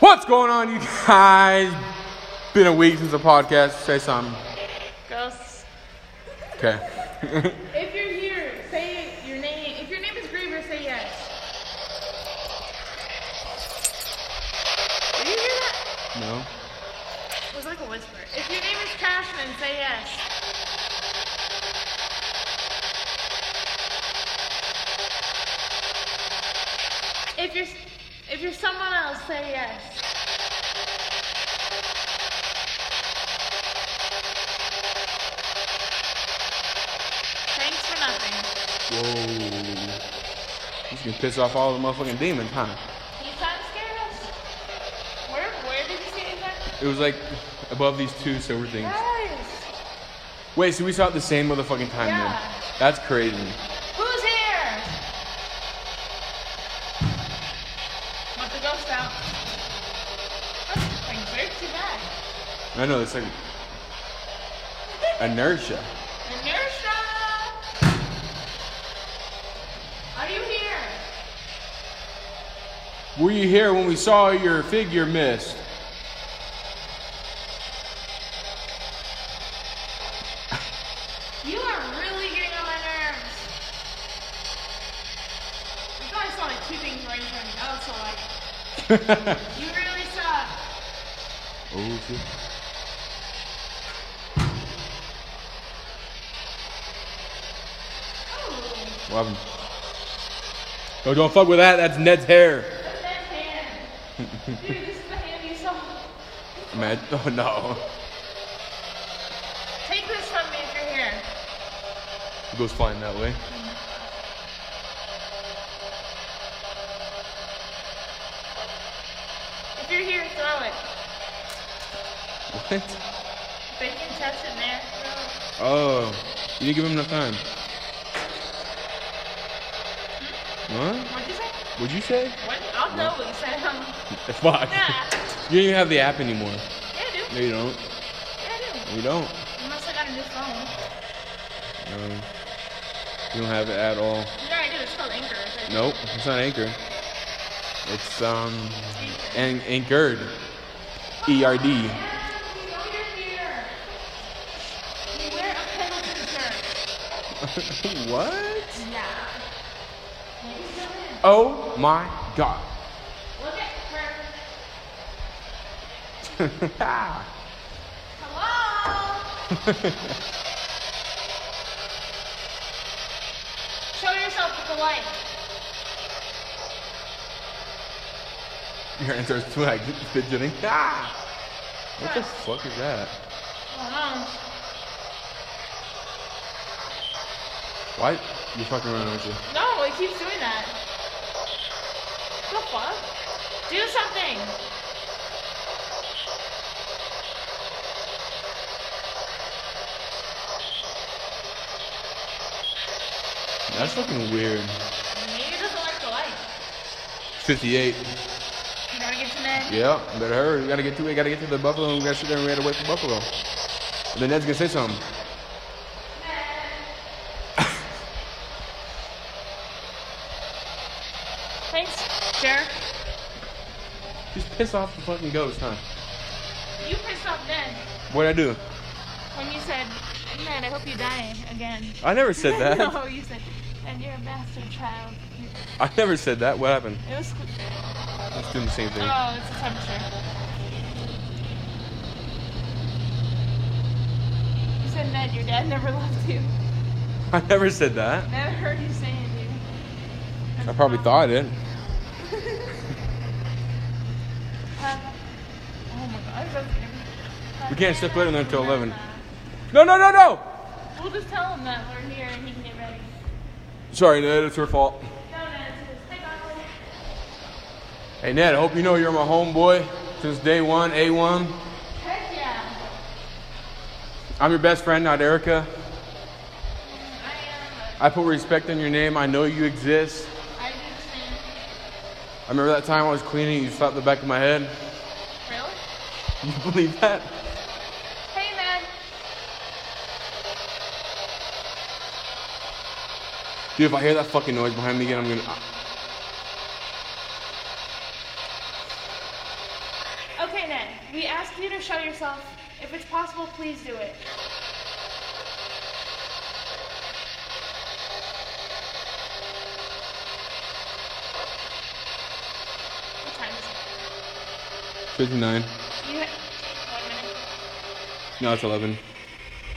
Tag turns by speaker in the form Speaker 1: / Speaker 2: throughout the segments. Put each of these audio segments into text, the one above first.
Speaker 1: What's going on, you guys? Been a week since the podcast. Say something.
Speaker 2: Gross.
Speaker 1: Okay.
Speaker 2: If you're here, say your name. If your name is Griever, say yes. Did you hear that?
Speaker 1: No.
Speaker 2: It was like a whisper. If your name is Cashman, say yes. If you're if you're someone else, say yes. Thanks for nothing.
Speaker 1: Whoa. This can piss off all the motherfucking demons, huh?
Speaker 2: You sound scared us. Where where did you see that?
Speaker 1: It was like above these two silver things.
Speaker 2: Guys,
Speaker 1: Wait, so we saw it the same motherfucking time
Speaker 2: Yeah.
Speaker 1: then? That's crazy.
Speaker 2: who's here? Want the ghost out? That's like very too bad.
Speaker 1: I know it's like inertia.
Speaker 2: Inertia! Are you here?
Speaker 1: Were you here when we saw your figure miss?
Speaker 2: You are really getting on my nerves. I thought I saw like two things right in front of me. Oh, so like,
Speaker 1: oh
Speaker 2: you really suck.
Speaker 1: shit.
Speaker 2: Ooh.
Speaker 1: What happened? Oh, don't fuck with that. That's Ned's hair.
Speaker 2: That's that hand. Dude, this is the hand you saw.
Speaker 1: Man, oh no.
Speaker 2: Take this from me if you're here.
Speaker 1: It goes flying that way.
Speaker 2: If you're here, throw it.
Speaker 1: What?
Speaker 2: If they can touch it there, throw it.
Speaker 1: Oh, you didn't give him enough time. What?
Speaker 2: What'd you say?
Speaker 1: What'd you say?
Speaker 2: What? I'll know what you said. Um,
Speaker 1: Fuck.
Speaker 2: yeah.
Speaker 1: You don't even have the app anymore.
Speaker 2: Yeah, I do.
Speaker 1: No, you don't.
Speaker 2: Yeah, I do.
Speaker 1: No, You don't.
Speaker 2: Unless I got a new phone.
Speaker 1: No. You don't have it at all.
Speaker 2: Yeah, I do. It's called Anchor. I think.
Speaker 1: Nope. It's not Anchor. It's um, an- Anchored. E R D. What? Oh my god.
Speaker 2: Show yourself with the light.
Speaker 1: Your answer is flag fidgeting. Ah! What the fuck is that?
Speaker 2: Oh,
Speaker 1: Why? You're fucking around, aren't you?
Speaker 2: no, it keeps doing that. The fuck? Do something.
Speaker 1: That's fucking weird.
Speaker 2: Maybe it doesn't like the light.
Speaker 1: 58.
Speaker 2: You gotta get to Ned.
Speaker 1: Yeah, better hurry. We gotta get to it. Gotta get to the Buffalo. We gotta sit there and we gotta wait for Buffalo. And then Ned's gonna say something.
Speaker 2: Thanks, Jer.
Speaker 1: Just piss off the fucking ghost, huh?
Speaker 2: You pissed off Ned
Speaker 1: What'd I do?
Speaker 2: when you said, Ned, I hope you die again.
Speaker 1: I never said that.
Speaker 2: no, you said, Ned, you're a bastard child.
Speaker 1: I never said that. What happened?
Speaker 2: It was.
Speaker 1: It's doing the same thing.
Speaker 2: Oh, it's a temperature. You said, Ned, your dad never loved you.
Speaker 1: I never said that.
Speaker 2: Never heard you say it, dude.
Speaker 1: I probably thought it.
Speaker 2: Uh, oh my god, I was
Speaker 1: We can't step foot in there until 11. No, no, no, no!
Speaker 2: We'll just tell him that we're here and he can get ready.
Speaker 1: Sorry, Ned. It's her fault.
Speaker 2: No, Ned, it's his. Hey, Donald.
Speaker 1: Hey, Ned. I hope you know you're my homeboy since day one, A1.
Speaker 2: Heck yeah.
Speaker 1: I'm your best friend, not Erica.
Speaker 2: I am.
Speaker 1: I put respect on your name. I know you exist.
Speaker 2: I do the same.
Speaker 1: I remember that time I was cleaning, you slapped the back of my head.
Speaker 2: Really?
Speaker 1: You believe that?
Speaker 2: Hey, man.
Speaker 1: Dude, if I hear that fucking noise uh, behind me again, I'm gonna.
Speaker 2: Okay, Ned, we asked you to show yourself. If it's possible, please do it. What time is it?
Speaker 1: 59.
Speaker 2: You ha- one minute.
Speaker 1: No, it's 11.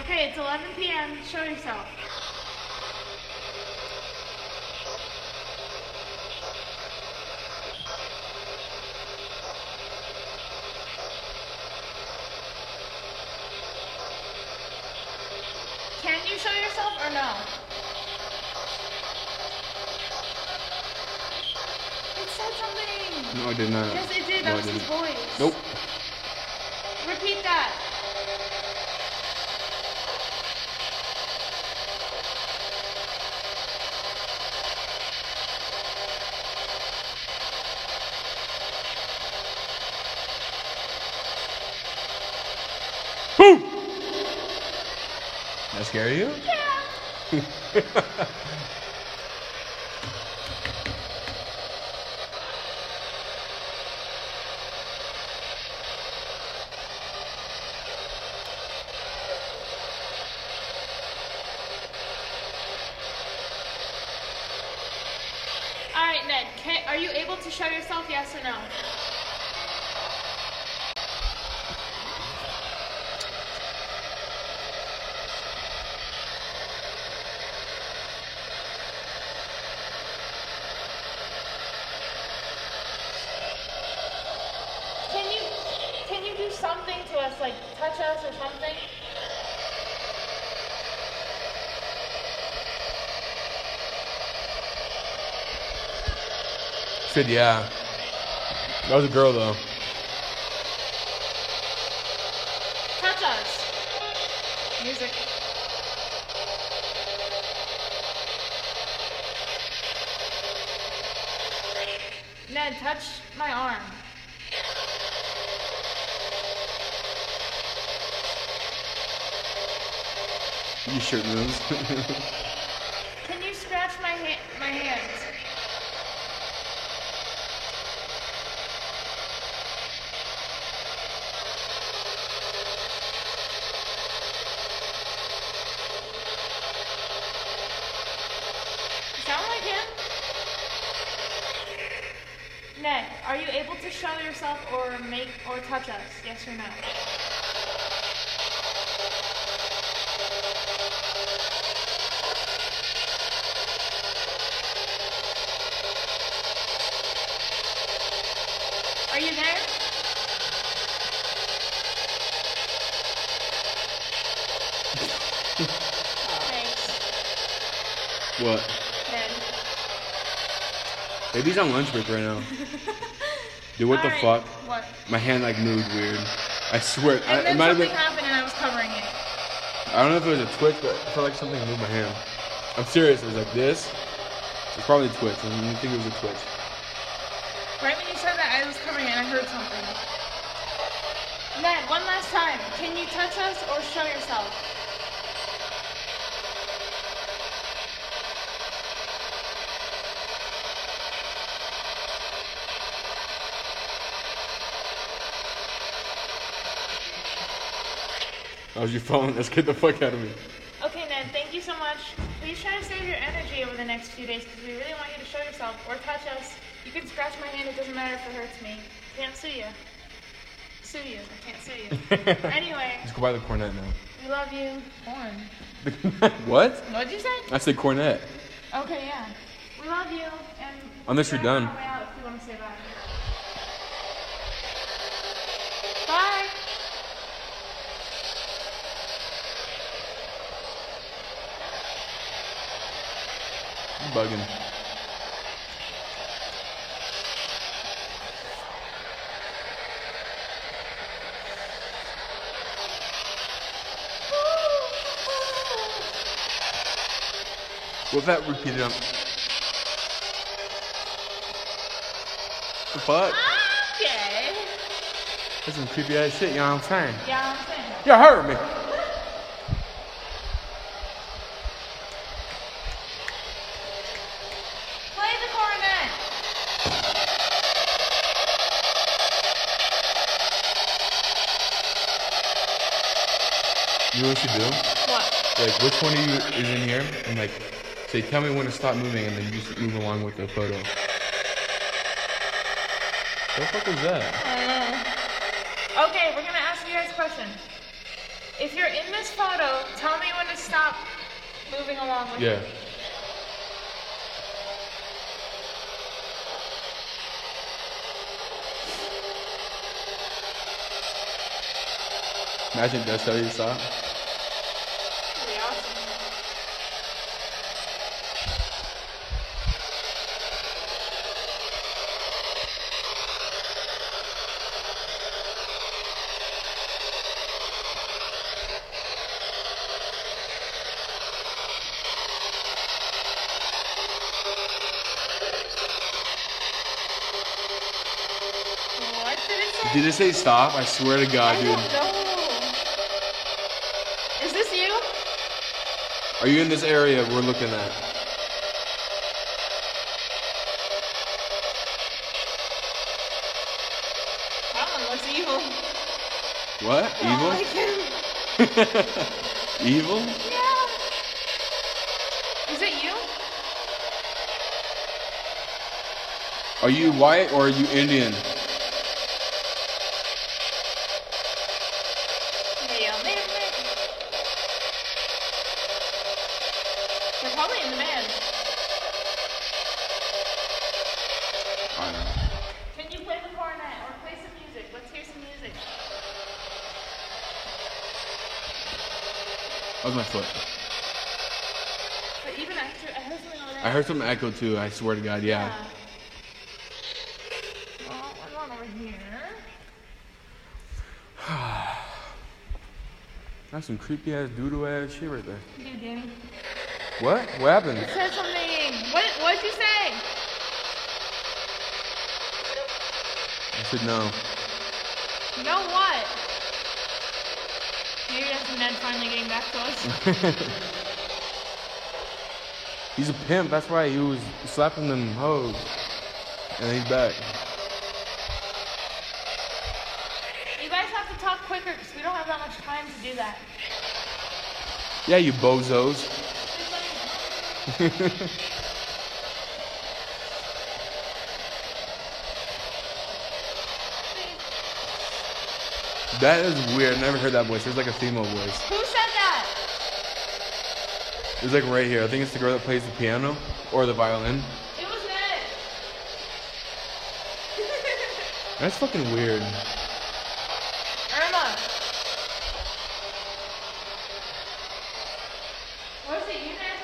Speaker 2: Okay, it's 11 p.m. Show yourself. Can you show yourself or no? It said something.
Speaker 1: No, I did not.
Speaker 2: Yes, it did.
Speaker 1: No,
Speaker 2: That
Speaker 1: I
Speaker 2: was his
Speaker 1: didn't.
Speaker 2: voice.
Speaker 1: Nope.
Speaker 2: Repeat that.
Speaker 1: Boom! That scare you?
Speaker 2: All right, Ned. Can, are you able to show yourself? Yes or no? Can you can you do something to us, like touch us or something?
Speaker 1: Said yeah. That was a girl though.
Speaker 2: Touch us. Music. Ned, touch my arm.
Speaker 1: You sure knows.
Speaker 2: Can you scratch my ha- my hands? You Sound like him? Ned, are you able to show yourself or make or touch us? Yes or no? Are you there? Thanks,
Speaker 1: what?
Speaker 2: Ned.
Speaker 1: Baby's on lunch break right now. Dude, what the
Speaker 2: Alright,
Speaker 1: fuck?
Speaker 2: What?
Speaker 1: My hand like moved weird. I swear. I,
Speaker 2: And
Speaker 1: it
Speaker 2: then
Speaker 1: might have
Speaker 2: something
Speaker 1: been.
Speaker 2: happened and I was covering it.
Speaker 1: I don't know if it was a twitch, but I felt like something moved my hand. I'm serious. It was like this. It's probably a twitch. I didn't think it was a twitch.
Speaker 2: Right when you said that, I was covering it and I heard something. Ned, one last time. Can you touch us or show yourself?
Speaker 1: That was your phone. Let's get the fuck out of me.
Speaker 2: Okay, Ned, thank you so much. Please try to save your energy over the next few days because we really want you to show yourself or touch us. You can scratch my hand, it doesn't matter if it hurts me. Can't sue you. Sue you, I can't sue you. anyway,
Speaker 1: Let's go buy the cornet
Speaker 2: we love you. Born.
Speaker 1: now. what?
Speaker 2: What'd you say?
Speaker 1: I said cornet.
Speaker 2: Okay, yeah. We love you, and
Speaker 1: Unless you're
Speaker 2: we're on
Speaker 1: done.
Speaker 2: our way out if you want to say bye. Bye.
Speaker 1: You bugging. What if that repeated on? The fuck?
Speaker 2: Okay.
Speaker 1: That's some creepy ass shit. You know what I'm saying?
Speaker 2: Yeah, I'm saying.
Speaker 1: You heard me.
Speaker 2: Play the cornet.
Speaker 1: You know what you do?
Speaker 2: What?
Speaker 1: Like, which one of you is in here? And like, say, tell me when to stop moving, and then you just move along with the photo. What the fuck was that?
Speaker 2: I don't know. Okay, we're gonna ask you guys a question. If you're in this photo, tell me when to stop moving along with
Speaker 1: Yeah.
Speaker 2: me.
Speaker 1: Imagine that's how you stop.
Speaker 2: That'd be awesome. What did it say?
Speaker 1: Did it say stop? I swear to
Speaker 2: I
Speaker 1: God,
Speaker 2: don't
Speaker 1: dude.
Speaker 2: know. Is this you?
Speaker 1: Are you in this area we're looking at?
Speaker 2: That one looks evil.
Speaker 1: What?
Speaker 2: Oh my
Speaker 1: Evil?
Speaker 2: God.
Speaker 1: Evil?
Speaker 2: Yeah. Is it you?
Speaker 1: Are you white or are you Indian?
Speaker 2: Yeah, maybe. They're probably in the van.
Speaker 1: I don't know.
Speaker 2: Can you play the cornet or play some music? Let's hear some music.
Speaker 1: That was my foot.
Speaker 2: But even after, I heard something over there.
Speaker 1: I heard something echo too, I swear to God, yeah.
Speaker 2: Yeah. Well, we're not over here.
Speaker 1: That's some creepy ass doodle ass shit right there.
Speaker 2: You, Danny.
Speaker 1: What? What happened?
Speaker 2: Said something. What? What'd you say?
Speaker 1: I said no.
Speaker 2: No what? Maybe that's Ned finally getting back to us.
Speaker 1: He's a pimp, that's why he was slapping them hoes. And he's back.
Speaker 2: you guys have to talk quicker because we don't have that much time to do that.
Speaker 1: Yeah, you bozos. That is weird. I never heard that voice. It was like a female voice.
Speaker 2: Who said that?
Speaker 1: It was like right here. I think it's the girl that plays the piano or the violin.
Speaker 2: It was Ned.
Speaker 1: That's fucking weird.
Speaker 2: Irma. Was it you, Ned?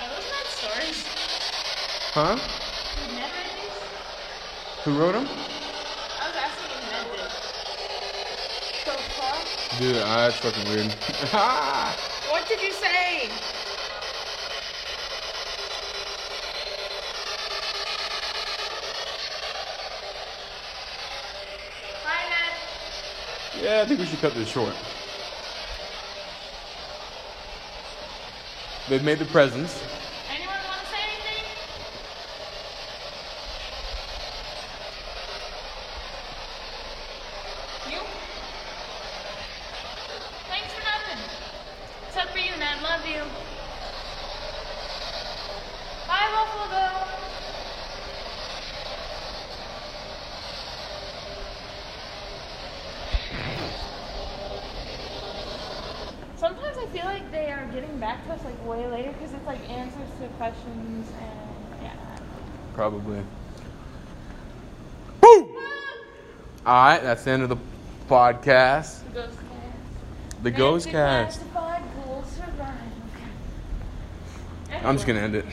Speaker 2: Are those Ned's stories?
Speaker 1: Huh?
Speaker 2: Did Ned write these?
Speaker 1: Who wrote him?
Speaker 2: I was asking if Ned did. So far?
Speaker 1: Dude, ah, that's fucking weird.
Speaker 2: What did you say? Hi, Ned.
Speaker 1: yeah, I think we should cut this short. They've made the presents.
Speaker 2: Anyone want to say anything? You? Thanks for nothing. Except for you, Ned. Love you. Bye, Buffalo Bill. Sometimes I feel like they are getting back to us like way later because it's like answers to questions and yeah.
Speaker 1: Probably. Woo! All right, that's the end of the podcast.
Speaker 2: The ghost cast.
Speaker 1: The Ghost Cast.
Speaker 2: Classified will survive.
Speaker 1: I'm just gonna end it.